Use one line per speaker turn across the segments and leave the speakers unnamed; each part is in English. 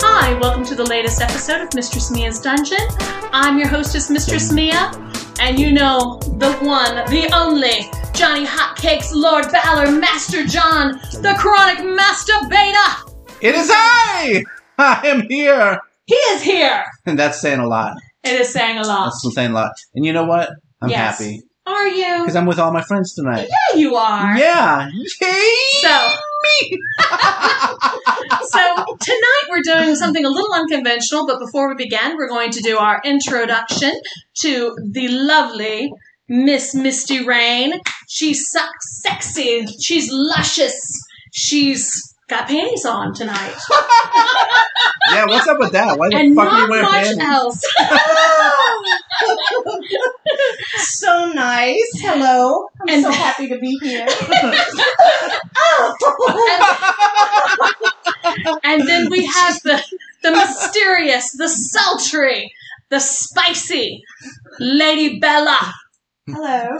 and welcome to the latest episode of Mistress Mia's Dungeon. I'm your hostess, Mistress Mia, and you know the one, the only Johnny Hotcakes, Lord Valor, Master John, the Chronic Master Beta.
It is I! I am here!
He is here.
And that's saying a lot.
It is saying a lot.
That's saying a lot. And you know what? I'm
Yes.
happy.
Are you?
Because I'm with all my friends tonight.
Yeah, you are.
Yeah! Yay!
So,
me!
so tonight we're doing something a little unconventional, but before we begin, we're going to do our introduction to the lovely Miss Misty Rain. She's so- sexy. She's luscious. She's got panties on tonight,
Yeah, what's up with that? Why the
and
fuck are
not
you wearing
much
panties?
else.
so nice. Hello. I'm
And-
so happy to be here.
And then we have the the mysterious, the sultry, the spicy Lady Bella.
Hello.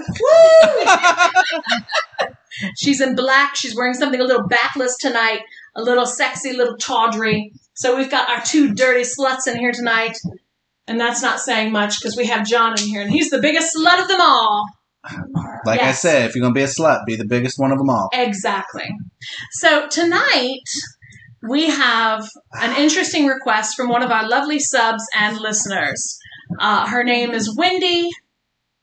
She's in black. She's wearing something a little backless tonight, a little sexy, a little tawdry. So we've got our two dirty sluts in here tonight. And that's not saying much because we have John in here, and he's the biggest slut of them all.
Like I
Yes.
said, if you're gonna be a slut, be the biggest one of them all.
Exactly. So tonight we have an interesting request from one of our lovely subs and listeners. Uh, her name is Wendy,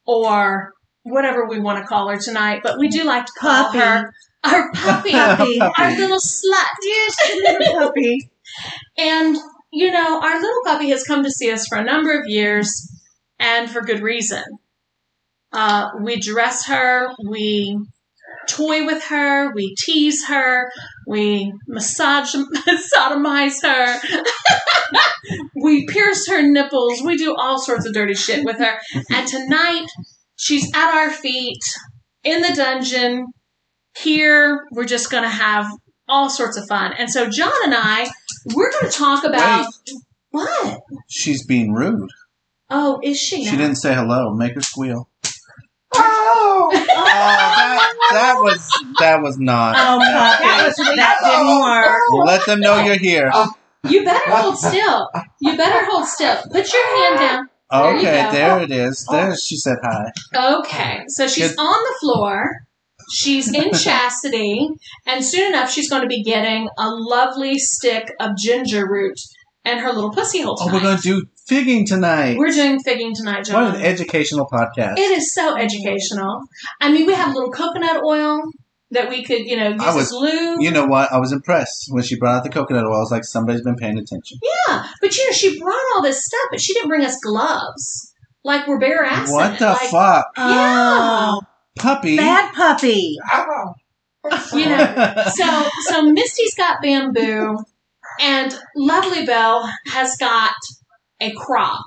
or whatever we want to call her tonight, but we do like to call
Puppy.
her our puppy,
Puppy.
our little slut.
Yes, little puppy.
And, you know, our little puppy has come to see us for a number of years and for good reason. Uh, we dress her, we toy with her, we tease her, we massage, sodomize her, we pierce her nipples, we do all sorts of dirty shit with her. And tonight, she's at our feet in the dungeon. Here, we're just going to have all sorts of fun. And so, John and I, we're going to talk about what?
She's being rude.
Oh, is she?
She
now?
didn't say hello. Make her squeal. Oh,
Oh,
that, that was that was not.
oh puppy. That,
was really-
didn't work.
Let them know you're here.
Oh, You better hold still. You better hold still. Put your hand down. There you
Okay,
go.
there it is. There she said hi.
Okay, so she's
Good.
on the floor. She's in chastity, and soon enough, she's going to be getting a lovely stick of ginger root and her little pussy hole.
Oh, we're
tonight.
gonna do figging tonight.
We're doing figging tonight, John.
What an educational podcast.
It is so educational. I mean, we have little coconut oil that we could, you know, use
I was-
as lube.
You know what? I was impressed when she brought out the coconut oil. I was like, somebody's been paying attention.
yeah, Ah, but you know, she brought all this stuff, but she didn't bring us gloves. Like we're bare ass.
what the fuck?
Oh,
Puppy.
bad puppy.
You know, so so Misty's got bamboo, and Lovely Belle has got a crop.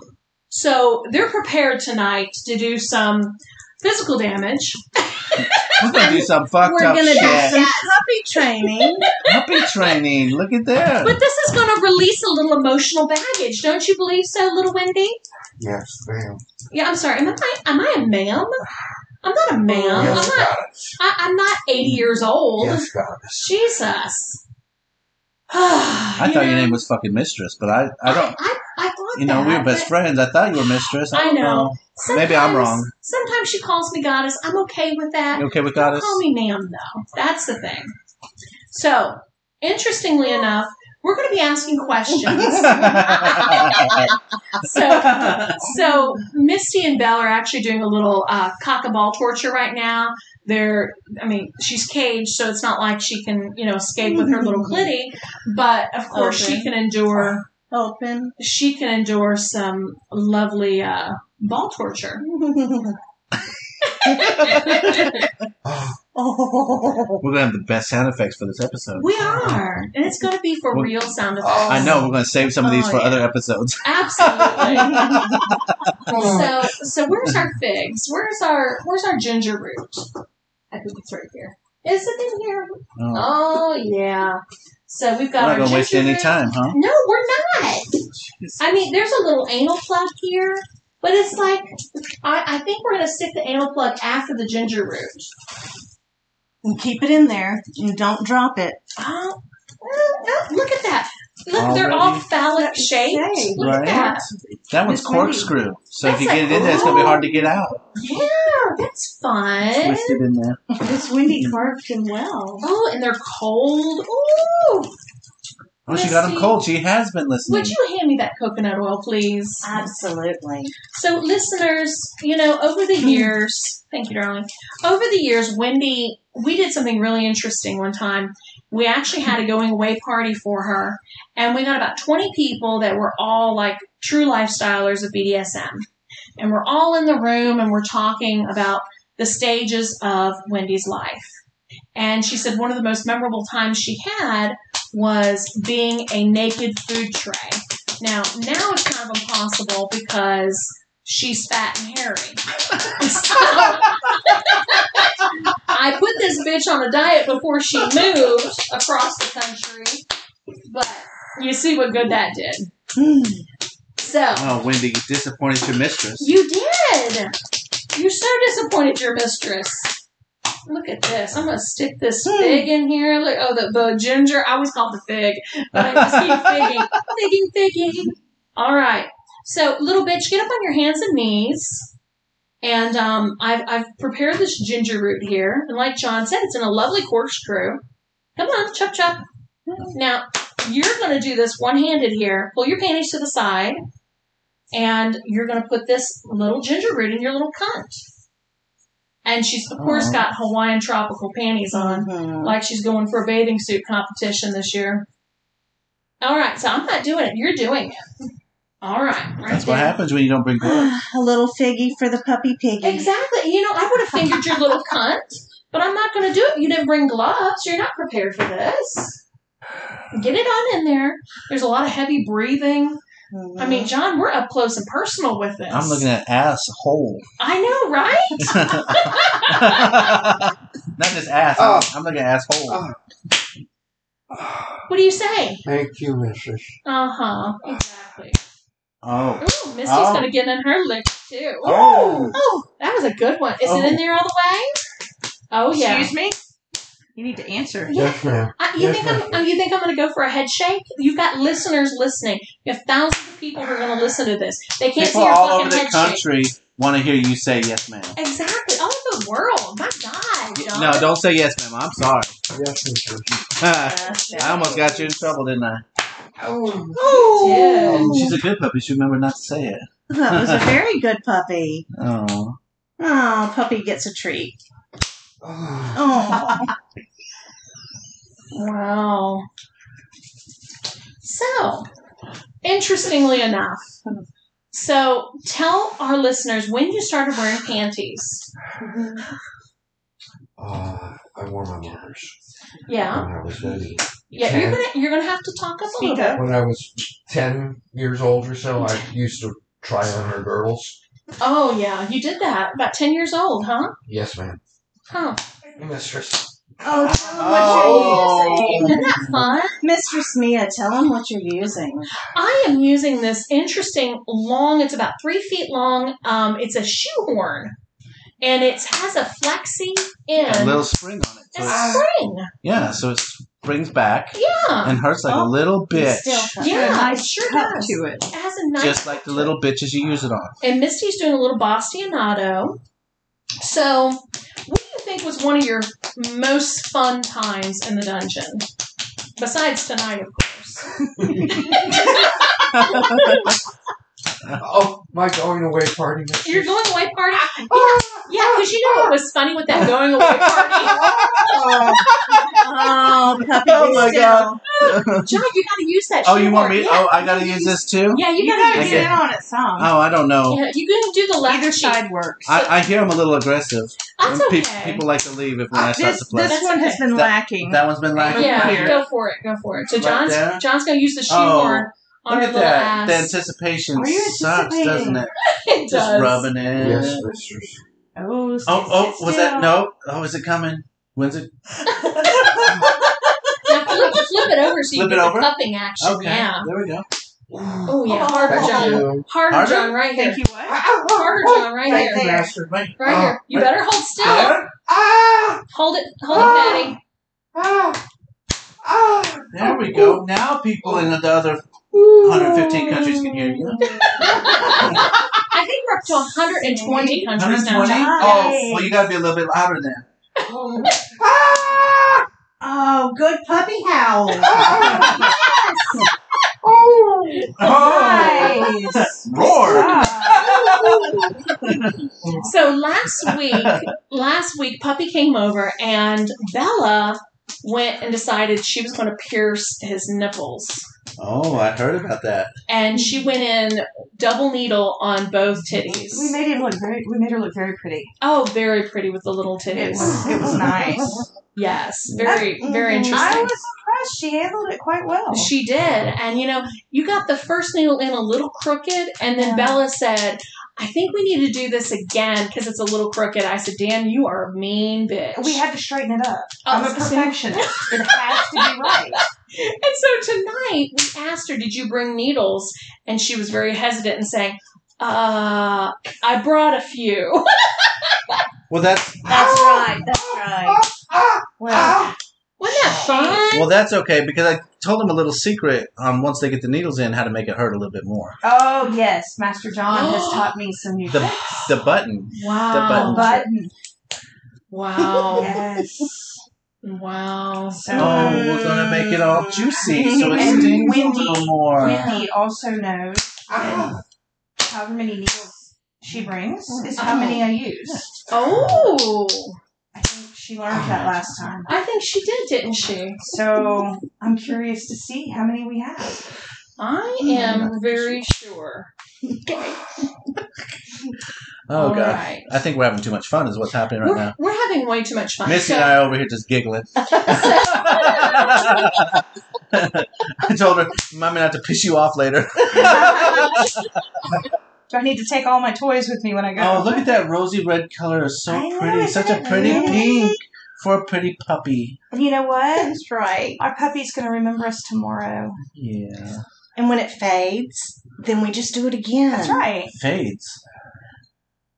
So they're prepared tonight to do some physical damage.
we're gonna do some fucked
We're
up
gonna do
shit.
Got some
Yes.
puppy training.
Puppy training. Look at there.
But this is going to release a little emotional baggage, don't you believe so, little Wendy?
Yes, ma'am.
Yeah, I'm sorry. Am I am I a ma'am? I'm not a
Oh,
ma'am. I'm
yes,
not. I, I'm not 80 years old.
Yes, goddess.
Jesus.
I thought your name was fucking mistress, but I, I don't.
I, I thought
You know, we were best friends. I thought you were mistress. I,
I
don't
know. friends.
Maybe I'm wrong.
Sometimes she calls me goddess. I'm okay with that.
You okay with
Don't
goddess?
call me ma'am, though. That's the thing. So, interestingly enough, we're going to be asking questions. so, so Misty and Belle are actually doing a little uh, cock and ball torture right now. They're, I mean, she's caged, so it's not like she can, you know, escape with her little clitty. But of course, she
Okay.
can endure.
Open.
She can endure some lovely uh, ball torture.
oh.
we're gonna have the best sound effects for this episode.
We are, and it's going to be for
Well,
real sound effects.
I
I know we're gonna save some of these
Oh,
for
yeah.
other episodes.
Absolutely.
Oh,
so so where's our figs? Where's our where's our ginger root? I think it's right here. Is it in here?
Oh,
Oh yeah. So we've
we're
got
not
our
gonna
ginger
waste any
root.
time, huh?
No, we're not. I mean, there's a little anal plug here, but it's like I, I think we're gonna stick the anal plug after the ginger root.
And keep it in there. And don't drop it.
Oh, oh, look at that! Look, they're all
Already?
phallic
that
shaped.
shaped.
Look at
Right.
that.
That one's
It's windy.
corkscrew. So if
That's
you get it in there, it's gonna be hard to get out.
Yeah, that's fun.
Twist it in there.
It's Wendy carved him well.
Oh, and they're cold. Ooh!
Oh, she got them
Chrissy.
cold. She has been listening.
Would you hand me that coconut oil, please?
Absolutely.
So, listeners, you know, over the years, thank you, darling. Over the years, Wendy, we did something really interesting one time. We actually had a going away party for her, and we got about 20 people that were all like true lifestylers of BDSM. And we're all in the room and we're talking about the stages of Wendy's life. And she said one of the most memorable times she had was being a naked food tray. Now, now it's kind of impossible because she's fat and hairy. So- I put this bitch on a diet before she moved across the country, but you see what good that did.
Hmm.
So
Oh, Wendy, you disappointed your mistress.
you did. You're so disappointed, your mistress. Look at this. I'm gonna stick this
Hmm.
fig in here. Look, oh, the, the ginger. I always call it the fig, but I just keep figging, figging, figging. All right. So, little bitch, get up on your hands and knees. And um, I've, I've prepared this ginger root here. And like John said, it's in a lovely corkscrew. Come on, chop, chop. Now, you're going to do this one handed here. Pull your panties to the side. And you're going to put this little ginger root in your little cunt. And she's, of course,
Oh.
got Hawaiian tropical panties on
Mhm.
like she's going for a bathing suit competition this year. All right, so I'm not doing it. You're doing it. All right, right
That's what
there.
happens when you don't bring gloves.
A little figgy for the puppy piggy.
Exactly. You know, I would have fingered your little cunt, but I'm not going to do it. You didn't bring gloves. You're not prepared for this. Get it on in there. There's a lot of heavy breathing.
Mhm.
I mean, John, we're up close and personal with this.
I'm looking at asshole.
I know, right?
Not just ass.
Oh.
I'm looking at asshole.
Oh.
What do you say?
Thank you, Mrs.
Uh huh. Exactly.
Oh.
Ooh, Misty's
Oh.
going to get in her lick too.
Oh.
Oh, that was a good one. Is
Oh.
it in there all the way? Oh yeah.
Excuse me? You need to answer.
Yeah.
Yes, ma'am.
I, you
Yes,
think
ma'am.
I'm? oh, You think I'm going to go for a head shake? You've got listeners listening. You have thousands of people who are going to listen to this. They can't
People
see your
all over
fucking
the
head shake.
country want to hear you say yes, ma'am.
Exactly. All over the world. My God. John.
No, don't say yes, ma'am. I'm sorry.
Yes, Mrs.
I
Yes, yes.
almost got you in trouble, didn't I?
Oh,
Oh.
She's a good puppy. She remembered not to say it.
that was a very good puppy.
Oh.
Oh, puppy gets a treat.
oh.
Oh,
Wow. So, interestingly enough, so tell our listeners when you started wearing panties.
Uh, I wore my lovers
Yeah.
when I was eight.
Yeah. You're gonna you're gonna have to talk up a little
speak
bit.
up.
When I was 10 years old or so, I used to try on her girdles.
Oh yeah, you did that about ten years old, huh?
Yes, ma'am.
Huh.
Mistress.
Oh, tell him what
Oh.
you're
Isn't
using.
that fun?
Mistress Mia, tell him what you're using.
I am using this interesting long, it's about three feet long, um, it's a shoehorn. And it has a flexi end.
A little spring on it. So
and
it's,
spring. yeah.
yeah, so it springs back
Yeah.
and hurts like a
Oh.
little bitch.
Still cut.
Yeah,
a nice
it sure
cut
does.
to it.
It has a nice
Just like the little bitches you use it on.
and Misty's doing a little bastionato. So what do you think was one of your most fun times in the dungeon? Besides tonight, of course.
Oh, my going away party. Mistress.
Your going away party? Ah, Yeah, because you know what was funny with that going away party?
Oh, oh puppy.
Oh, my
still.
God.
John, you gotta use that.
Oh, you
shoehorn.
want me?
Yeah.
Oh, I gotta use this too?
Yeah, you,
You
gotta.
gotta
use
Okay.
get
it.
in on it some.
Oh, I don't know.
Yeah, you couldn't do the left
Either
cheek.
side works.
I, I hear I'm a little aggressive.
That's
Pe-
okay.
people like to leave if when I start
This,
to play.
this
That's
one has
okay.
been
That-
lacking.
that one's been lacking.
yeah,
Here.
go for it. Go for it. So
Right
John's
there?
John's gonna use the shoe
Oh,
horn on
Look
her
at
little
that. The
ass.
anticipation
Are you
sucks, doesn't it?
it
Just
does.
rubbing it.
Yes, mistress.
Oh,
Oh, oh, was that no? Oh, is it coming? When's it?
Now flip, flip it over so you
Flip it
get
over?
the cupping action.
Okay,
Yeah.
there we go.
Oh yeah, harder
Thank
John.
you.
Harder,
Harder? Oh,
John, right here.
Thank you, what?
Harder John, right
Right
here.
there.
Bastard, mate.
Right
Ah,
here. You
right-
better hold still.
There,
Ah!
Hold it. Hold
Ah.
Oh.
it, Patty.
Ah! Ah!
there we go. Now people in the other 115 countries can hear you.
I think we're up to 120 countries now.
120? Oh, well, you gotta be a little bit louder then.
ah,
Oh, good puppy howl.
Oh!
Nice.
Roar!
So last week, last week, Puppy came over and Bella went and decided she was going to pierce his nipples.
Oh, I heard about that.
And she went in double needle on both titties.
We made him look very. We made her look very pretty.
oh, very pretty with the little
It
titties.
was. It was nice.
Yes, very, very
Mhm.
interesting.
mm-hmm. I was impressed. She handled it quite well.
She did. And you know, you got the first needle in a little crooked, and then
Yeah.
Bella said, I think we need to do this again because it's a little crooked. I said, Dan, you are a mean bitch.
We had to straighten it up.
Oh,
I'm a
so-
perfectionist. it has to be right.
And so tonight we asked her, Did you bring needles? And she was very hesitant and saying, Uh, I brought a few.
Well, that's
That's right. That's right.
ah,
Well,
Wasn't that fun?
well, that's okay because I told them a little secret on once they get the needles in how to make it hurt a little bit more.
Oh yes, Master John has taught me some new
The
tricks.
the button.
Wow.
The
button.
Wow.
Yes.
wow.
So
Oh, we're gonna make it all juicy so it
And
stings a
windy.
little more.
Wendy also knows
ah.
that however many needles she brings is how many I use.
Oh,
I think she learned that last time.
I think she did, didn't she?
So I'm curious to see how many we have.
I
Hmm.
am very sure.
Oh
All
god,
right.
Oh, I think we're having too much fun. Is what's happening right
We're,
now.
we're having way too much fun.
Missy
So-
and I over here just giggling. I told her, "Mommy, not to piss you off later." Oh,
Do I need to take all my toys with me when I go?
Oh, look at that rosy red color. It's so
I know,
pretty.
isn't
Such a
it
pretty
pretty?
pink for a pretty puppy.
And you know what?
that's right.
Our puppy's going to remember us tomorrow.
Yeah.
And when it fades, then we just do it again.
That's right.
Fades.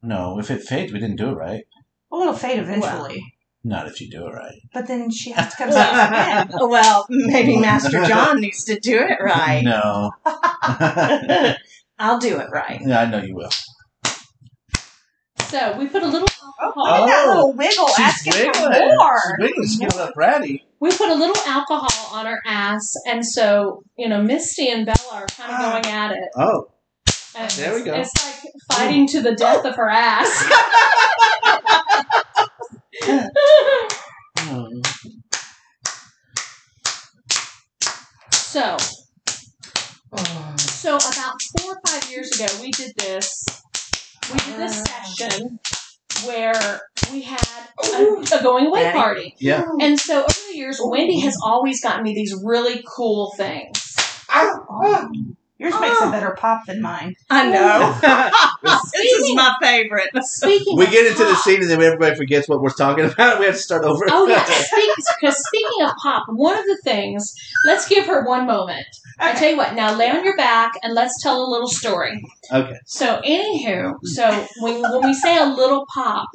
No, if it fades, we didn't do it right.
Well, it'll fade eventually.
Not if you do it right.
But then she has to come back again.
Oh, Well, maybe Master John needs to do it right.
No. yeah,
I'll do it right.
I know you will.
So we put a little alcohol.
Look at that
Oh,
little wiggle
she's
asking
wiggling.
for more.
Wiggly, skill up, ratty.
We put a little alcohol on her ass, and so you know Misty and Bella are kind of going at it.
Oh.
And
There we go.
It's like fighting to the death of her ass.
Hmm.
so, so about four or five years ago, we did this. We did this session where we had a, a going away
Daddy.
party,
Yeah.
and so over the years, Wendy has always gotten me these really cool things. Oh.
Yours makes a better pop than mine.
I know. this is
Speaking-
my favorite.
Speaking,
we
of
get into the
pop-
scene and then everybody forgets what we're talking about. We have to start over.
Oh yeah, Speak, because speaking of pop, one of the things. Let's give her one moment. I tell you what. Now lay on your back and let's tell a little story.
okay.
So anywho, so when when we say a little pop,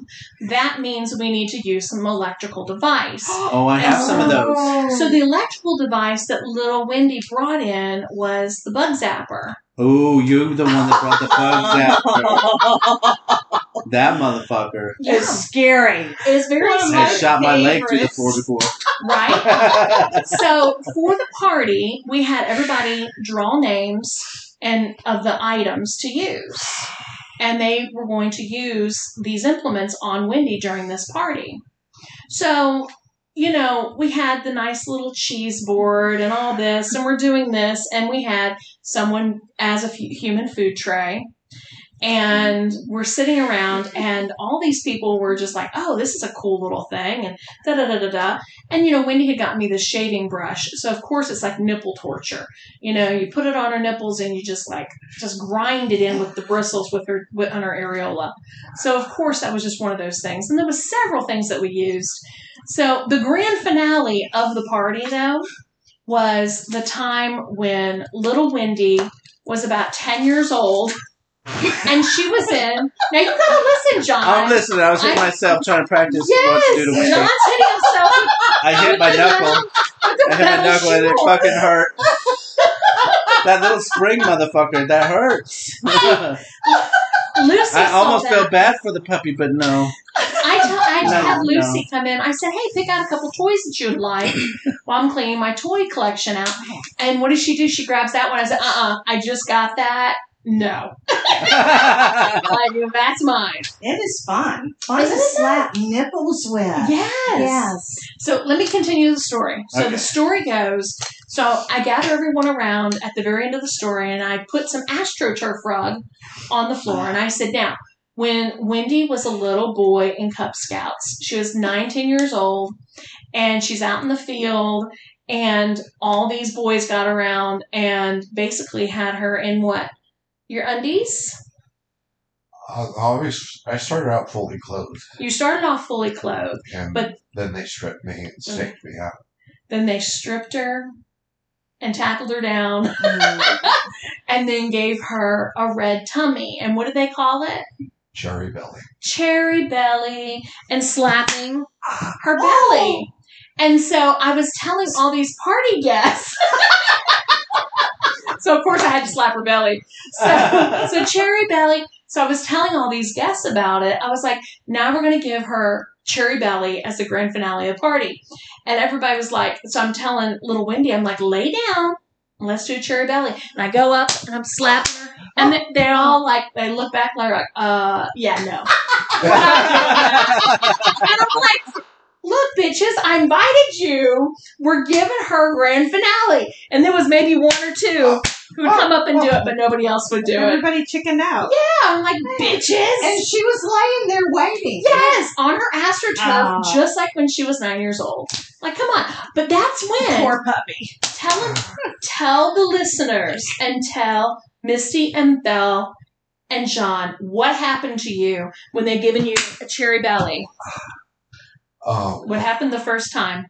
that means we need to use some electrical device.
Oh, I have some of those.
So the electrical device that little Wendy brought in was the bug zapper.
Oh, you're the one that brought the bugs out. That motherfucker
Yeah,
It's scary.
it is very
One of
has
exciting,
shot my leg through the floor
favorites.
before.
right? so for the party, we had everybody draw names and of the items to use. And they were going to use these implements on Wendy during this party. So, you know, we had the nice little cheese board and all this, and we're doing this, and we had someone as a fu- human food tray. And we're sitting around, and all these people were just like, oh, this is a cool little thing, and da da da da da. And you know, Wendy had gotten me the shaving brush, so of course it's like nipple torture. You know, you put it on her nipples and you just like just grind it in with the bristles with her with, on her areola. So of course that was just one of those things, and there was several things that we used. So the grand finale of the party though was the time when little Wendy was about ten years old, and she was in. Now you gotta listen, John.
I'm listening. I was hitting
I-
myself trying to practice what to do to
Yes,
Wendy.
John's hitting himself
I hit my knuckle. I hit my knuckle and it fucking hurt. that little spring motherfucker. That hurts. I
Lucy saw
almost
that.
felt bad for the puppy, but no.
I, t- I
No,
had
no.
Lucy come in. I said, "Hey, pick out a couple toys that you'd like." while I'm cleaning my toy collection out,
Oh.
and what does she do? She grabs that one. I said, "Uh, uh I just got that." No,
Oh.
I knew that's mine.
It is fun. Fun
Isn't
to
it
slap nipples with.
Yes.
Yes.
So let me continue the story. So
Okay.
the story goes. So I gather everyone around at the very end of the story, and I put some astroturf rug on the floor, and I said, "Now, when Wendy was a little boy in Cub Scouts, she was 19 years old, and she's out in the field, and all these boys got around and basically had her in what your undies."
I always, I started out fully clothed,
You started off fully clothed.
and
But- Mm.
then they stripped me and staked me out.
Then they stripped her and tackled her down and then gave her a red tummy. And what do they call it?
Cherry belly.
Cherry belly and slapping her belly. And so I was telling all these party guests. so of course I had to slap her belly. So, so cherry belly. So I was telling all these guests about it. I was like, now we're going to give her cherry belly as the grand finale of the party. And everybody was like, so I'm telling little Wendy, I'm like, lay down. and Let's do cherry belly. And I go up and I'm slapping her. And they- they're all like, they look back like, like, uh, yeah, no. And I'm like, look, bitches, I invited you. We're giving her a grand finale. And there was maybe one or two who would come up and do it, but nobody else would do it.
Everybody chickened out.
Yeah, I'm like, bitches.
And she was laying there waiting.
Yes, on her astroturf,
Ah.
just like when she was nine years old. Like, come on. But that's when.
Poor puppy.
tell 'em- tell the listeners and tell Misty and Belle and John what happened to you when they given you a cherry belly.
Um,
What happened the first time?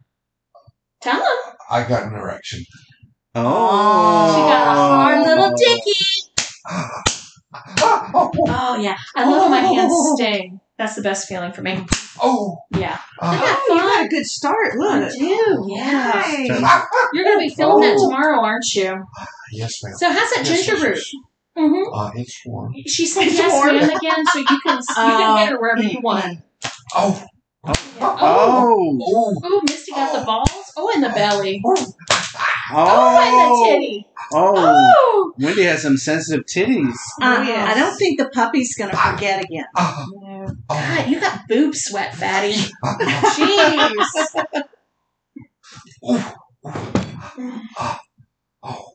Tell them.
I got an erection.
oh.
She got a hard little dickie.
Ah, oh,
Oh yeah, I love when my hands sting. That's the best feeling for me. Oh,
oh,
Yeah,
ah,
Yeah,
you
fun.
had a good start. Look.
do. Yeah,
Hey.
ah,
you're gonna be feeling that
Oh.
tomorrow, aren't you?
yes, ma'am.
So how's that
Yes,
ginger root?
yes,
hmm
yes. Uh, it's warm.
She said
It's
yes,
warm.
ma'am, again, so you can you can get her wherever you want.
Oh,
Oh.
oh,
Ooh, Misty got the balls. Oh, and the belly.
oh.
Oh.
Oh, and the titty.
Oh.
Oh,
Wendy has some sensitive titties.
Uh,
Yes.
I don't think the puppy's going to forget again.
ah, ah,
God, you got boob sweat, fatty.
ah, ah.
Jeez.
Oh,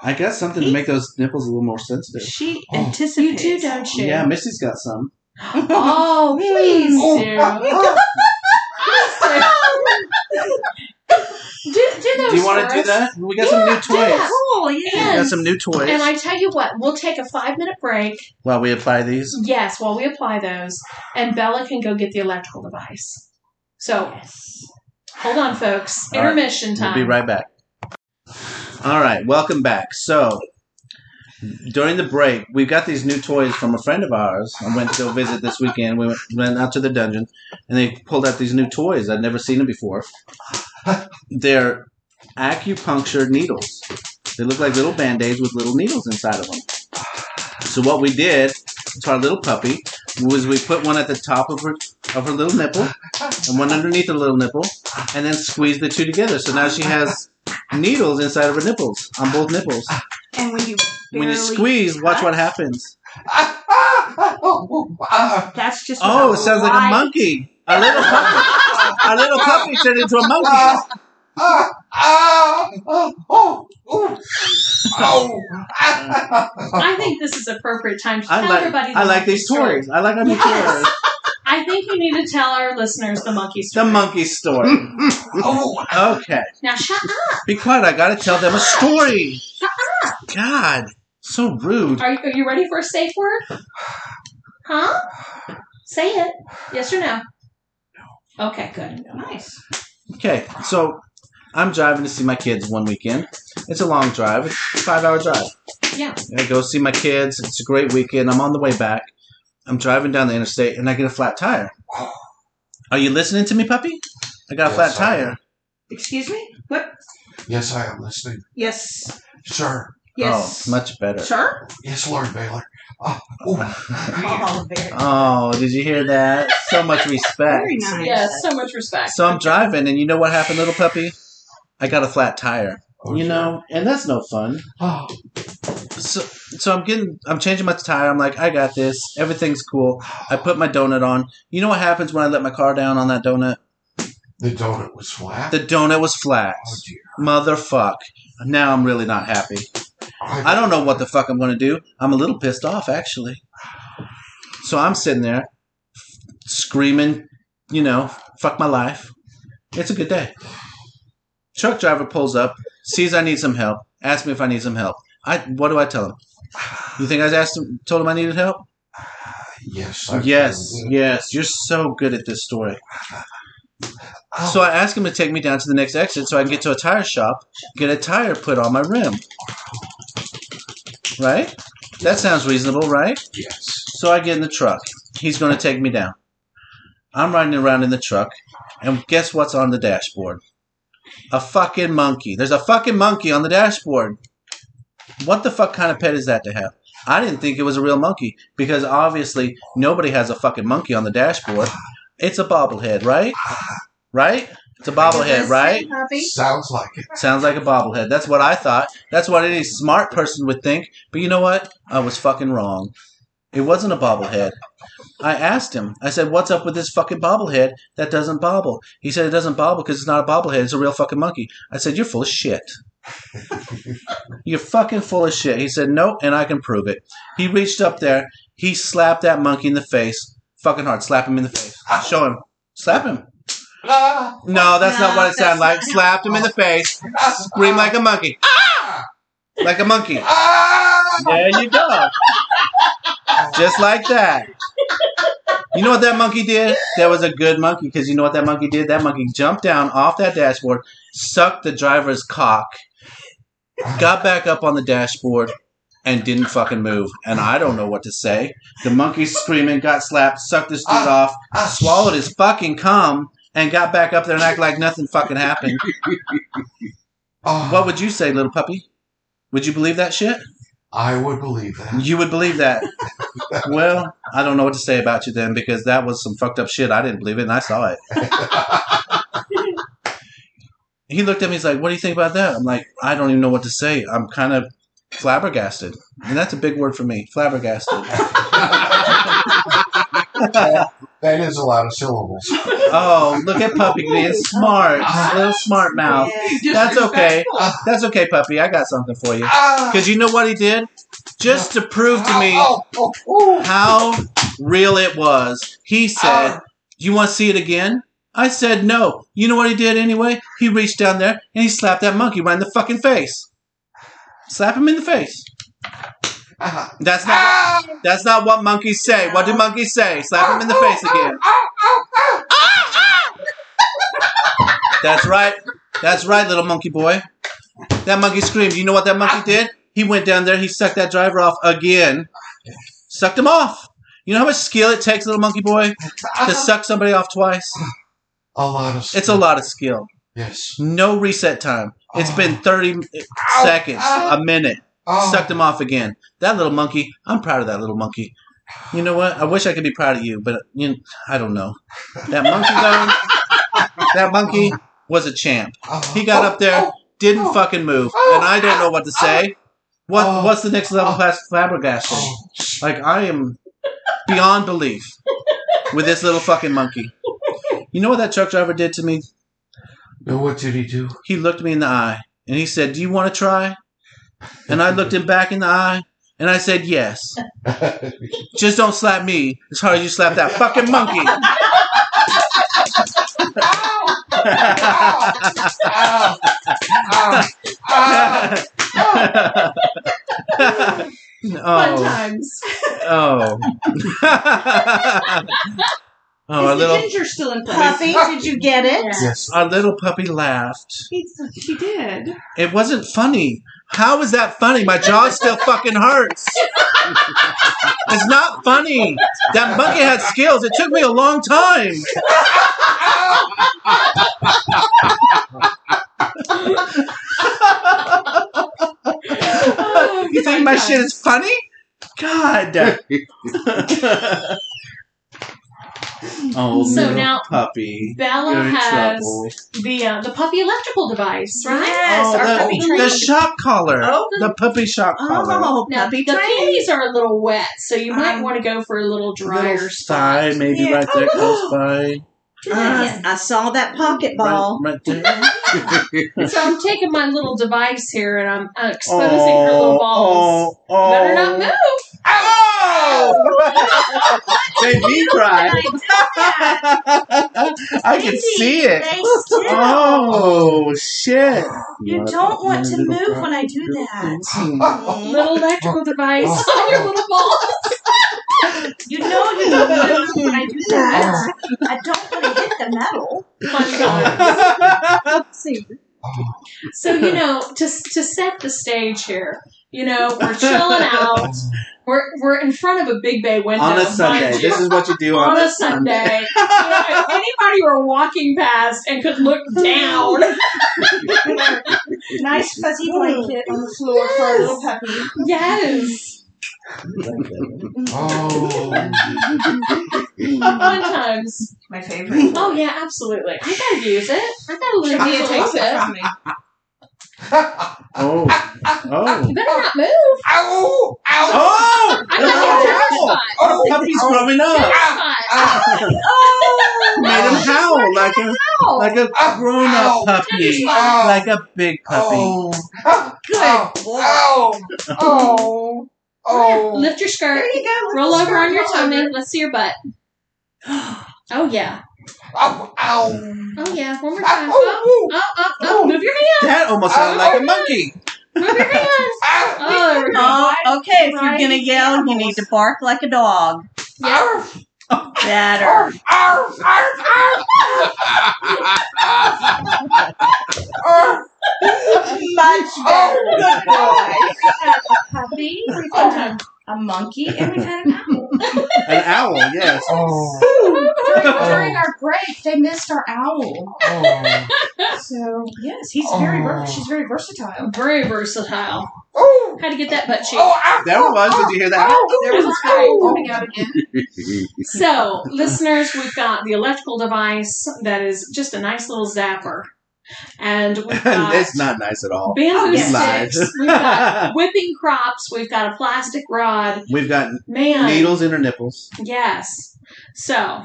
I got something to make those nipples a little more sensitive.
She
Oh.
you
anticipates.
do, don't you?
Yeah, Missy's got some.
Oh, please do.
oh,
Do, do those
Do you want
for
to do
us.
that? We got
Yeah,
some new
do
toys.
that.
Cool,
We got
And,
some new toys
and I tell you what, we'll take a five minute break.
while we apply these.
Yes, while we apply those, and Bella can go get the electrical device. So, hold on, folks.
All right.
Intermission
We'll
time.
be right back. All right, welcome back. So, during the break, we've got these new toys from a friend of ours. I went to go visit this weekend. We went, went out to the dungeon, and they pulled out these new toys. I'd never seen them before. They're acupuncture needles. They look like little band aids with little needles inside of them. So what we did to our little puppy was we put one at the top of her of her little nipple and one underneath her little nipple, and then squeeze the two together. So now she has needles inside of her nipples on both nipples.
And when you
when you
barely-
squeeze, watch what happens.
ah, ah, oh, ah,
That's just
Oh, it
about
sounds like a
right.
monkey. A little puppy. A little puppy turned into a monkey.
ah, ah, ah, oh, oh, oh, ah,
I think this is appropriate time to
I
tell
like
everybody. the
I like
monkey
these
story.
toys. I like our new
Yes.
toys.
I think you need to tell our listeners the monkey
The
story.
monkey story.
oh,
Okay.
Now shut up.
Be quiet. I gotta tell them a story. God. So rude.
Are you, are you ready for a safe word? Huh? Say it. Yes or no? No. Okay, good.
Nice.
Okay, so I'm driving to see my kids one weekend. It's a long drive, it's a five hour drive.
Yeah.
And I go see my kids. It's a great weekend. I'm on the way back. I'm driving down the interstate and I get a flat tire. Are you listening to me, puppy? I got a
Yes,
flat
I
tire.
Excuse me? What?
yes, I am listening,
Yes.
sir.
Yes.
Oh, much better.
Sure.
Yes, Lord Baylor. Ah, ooh.
Oh, very.
Oh, did you hear that? So much respect.
Very nice.
Yes, so much respect.
So I'm driving, and you know what happened, little puppy? I got a flat tire.
Oh,
you
dear.
know, and that's no fun.
Oh,
So, so I'm getting, I'm changing my tire. I'm like, I got this. Everything's cool. I put my donut on. You know what happens when I let my car down on that donut?
the donut was flat.
The donut was flat.
oh dear.
Motherfuck. Now I'm really not happy. I don't know what the fuck I'm going to do. I'm a little pissed off, actually. So I'm sitting there screaming, you know, fuck my life. It's a good day. Truck driver pulls up, sees I need some help, asks me if I need some help. I what do I tell him? You think I asked him, told him I needed help?
Yes. I-
yes, yes. You're so good at this story.
Oh,
So I ask him to take me down to the next exit so I can get to a tire shop, get a tire put on my rim. Right? That sounds reasonable, right?
yes.
So I get in the truck. He's going to take me down. I'm riding around in the truck, and guess what's on the dashboard? A fucking monkey. There's a fucking monkey on the dashboard. What the fuck kind of pet is that to have? I didn't think it was a real monkey because obviously nobody has a fucking monkey on the dashboard. It's a bobblehead, right? Right? It's a bobblehead, right?
Puppy.
Sounds like it.
Sounds like a bobblehead. That's what I thought. That's what any smart person would think. But you know what? I was fucking wrong. It wasn't a bobblehead. I asked him. I said, "What's up with this fucking bobblehead that doesn't bobble?" He said, "It doesn't bobble because it's not a bobblehead. It's a real fucking monkey." I said, "You're full of shit. You're fucking full of shit." He said, "Nope," and I can prove it. He reached up there. He slapped that monkey in the face. Fucking hard. Slap him in the face. Show him. Slap him.
Ah,
No, that's not
No,
what it
that's
sounded like.
not-
Slapped him in the face.
ah,
Scream like a monkey.
Ah!
Like a monkey.
Ah!
There you go. Just like that. You know what that monkey did? That was a good monkey because you know what that monkey did? That monkey jumped down off that dashboard, sucked the driver's cock, got back up on the dashboard, and didn't fucking move. And I don't know what to say. The monkey's screaming, got slapped, sucked this dude off,
Ah!
swallowed his fucking cum, and got back up there and act like nothing fucking happened.
Ah,
What would you say, little puppy? Would you believe that shit?
I would believe that.
You would believe that. well, I don't know what to say about you then because that was some fucked up shit. I didn't believe it and I saw it. He looked at me, he's like, What do you think about that? I'm like, I don't even know what to say. I'm kind of flabbergasted. And that's a big word for me flabbergasted.
that is a lot of syllables.
oh, look at Puppy being smart. Little smart mouth. That's okay. That's okay, Puppy. I got something for you.
Ah!
Because you know what he did? Just to prove to me.
Oh, oh, oh,
how real it was. He said, You want to see it again? I said, No. You know what he did anyway? He reached down there and he slapped that monkey right in the fucking face. Slap him in the face.
ah.
That's not.
Ah!
That's not what monkeys say. What do monkeys say? Slap him in the face again.
Ah!
That's right. That's right, little monkey boy. That monkey screamed. You know what that monkey did? He went down there. He sucked that driver off again. Sucked him off. You know how much skill it takes, little monkey boy,
Uh-huh.
to suck somebody off twice?
Ah! A lot of
It's a lot of skill.
Yes.
No reset time. It's been 30
Ow.
seconds, a minute.
Oh,
Sucked him off again. That little monkey, I'm proud of that little monkey. You know what? I wish I could be proud of you, but you, I don't know. That monkey, though, that monkey was a champ.
oh,
He got up there, didn't fucking move, and I don't know what to say. What? What's the next level past flabbergasting?
oh,
Like I am beyond belief with this little fucking monkey. You know what that truck driver did to me
Now what did he do?
he looked me in the eye and he said, Do you want to try? And I looked him back in the eye and I said, Yes. Just don't slap me as hard as you slap that fucking monkey.
Ah! Ah! Ah!
Fun
oh,
times.
oh. oh, our
Is the
little,
ginger still in place?
Puppy, did you get it?
Yeah.
Yes.
our little puppy laughed.
He, he did.
It wasn't funny. How is that funny? My jaw still fucking hurts. It's not funny. That monkey had skills. It took me a long time.
Oh,
think my shit is funny? God. oh,
So
little
now-
puppy. You're
Bella
in
has
trouble.
the uh, the puppy electrical device, right?
Yes,
Oh,
our
the,
puppy
the
training.
shop collar.
Oh.
the puppy shop collar.
Oh,
Now
puppy
the
training.
panties are a little wet, so you might
Um,
want to go for a little drier
Little
spot.
side, maybe
Yeah.
right there close by.
Ah, I saw that pocket ball.
Right, right there.
So I'm taking my little device here and I'm uh, exposing her little
Oh,
balls.
Oh, oh.
Better not move.
Oh! Made me cry. I can see it.
Stay still.
Oh shit!
You don't want to move when I do that.
Little
Oh.
electrical device on your little ball.
You know you don't want to move when I do that. I don't want to hit the metal.
Fun time.
See,
So you know, to to set the stage here, you know, we're chilling out. We're we're in front of a big bay window
on a
mind
Sunday,
you.
this is what you do
on a Sunday. You know, if anybody were walking past and could look down,
Nice fuzzy blanket on the floor for our little puppy.
yes.
Oh,
Fun times.
My favorite.
Oh yeah, absolutely. I gotta use it. I gotta learn how
Trivia
to use
takes it
it.
from me.
Oh,
You
oh,
better not move.
ow, ow,
oh!
I got your
Oh!
terror spot.
Oh, puppy's growing up.
Terror spot.
Oh!
Made him howl like a
Oh.
Ow.
like a grown up puppy,
Ow.
like a big puppy.
Oh, ow, ow, oh, oh.
Lift your skirt.
There you go. Look
Roll
at
over on your
the
tummy. Let's see your butt. Oh yeah.
Ow! Ow!
Oh yeah. One more time. Oh,
Ow!
oh, oh, oh. Move your hand.
That almost sounded like a monkey.
Move your hand.
Ow!
Oh, there we go.
Oh, okay. If you're
Right.
gonna yell, you need to bark like a dog.
Ow!
Better.
Ow! Ow! Ow! Ow!
Much better. Good boy.
Puppy.
Oh.
A monkey, and we had an owl.
An owl, yes.
Oh,
During, during our break, they missed our owl.
oh,
So yes, he's very ver-
Oh.
she's very versatile.
Very versatile.
oh,
How to get that butt cheek.
oh,
There it was. Oh. Did you hear that?
There was an owl coming out again.
Oh.
So, listeners, we've got the electrical device that is just a nice little zapper. And we've got
That's not nice at all.
bamboo
Yes.
Lies.
sticks. We've got whipping crops. We've got a plastic rod.
We've got
Man.
needles in her nipples.
Yes. So,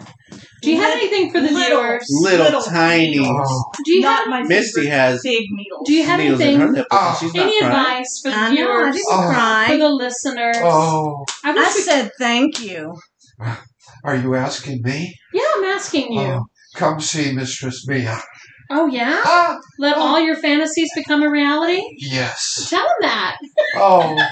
do you have
Little-
anything for the
little-
viewers?
Little,
Little
tiny.
oh.
Do you
Not
have
my
Misty
favorite
has
big needles.
do you have
needles in her
anything
nipples.
Oh.
and she's not
any
crying.
advice for the
I know. I
viewers?
didn't
Oh.
For
cry.
the listeners.
Oh,
I wish
I
we-
said thank you.
are you asking me?
Yeah, I'm asking you.
Oh, come see Mistress Mia.
oh yeah?
Ah,
Let all your fantasies become a reality?
yes.
Tell them that.
Oh,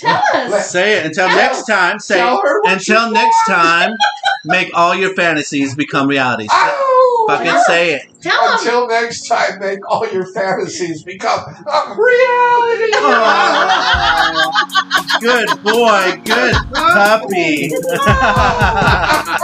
Tell us.
Say it until next time. Say
tell
it.
her what
until
you
next time. Make all your fantasies become reality.
Ow!
Fucking say it.
Tell them.
Until next time, make all your fantasies become a reality.
Oh. Good boy. Good puppy.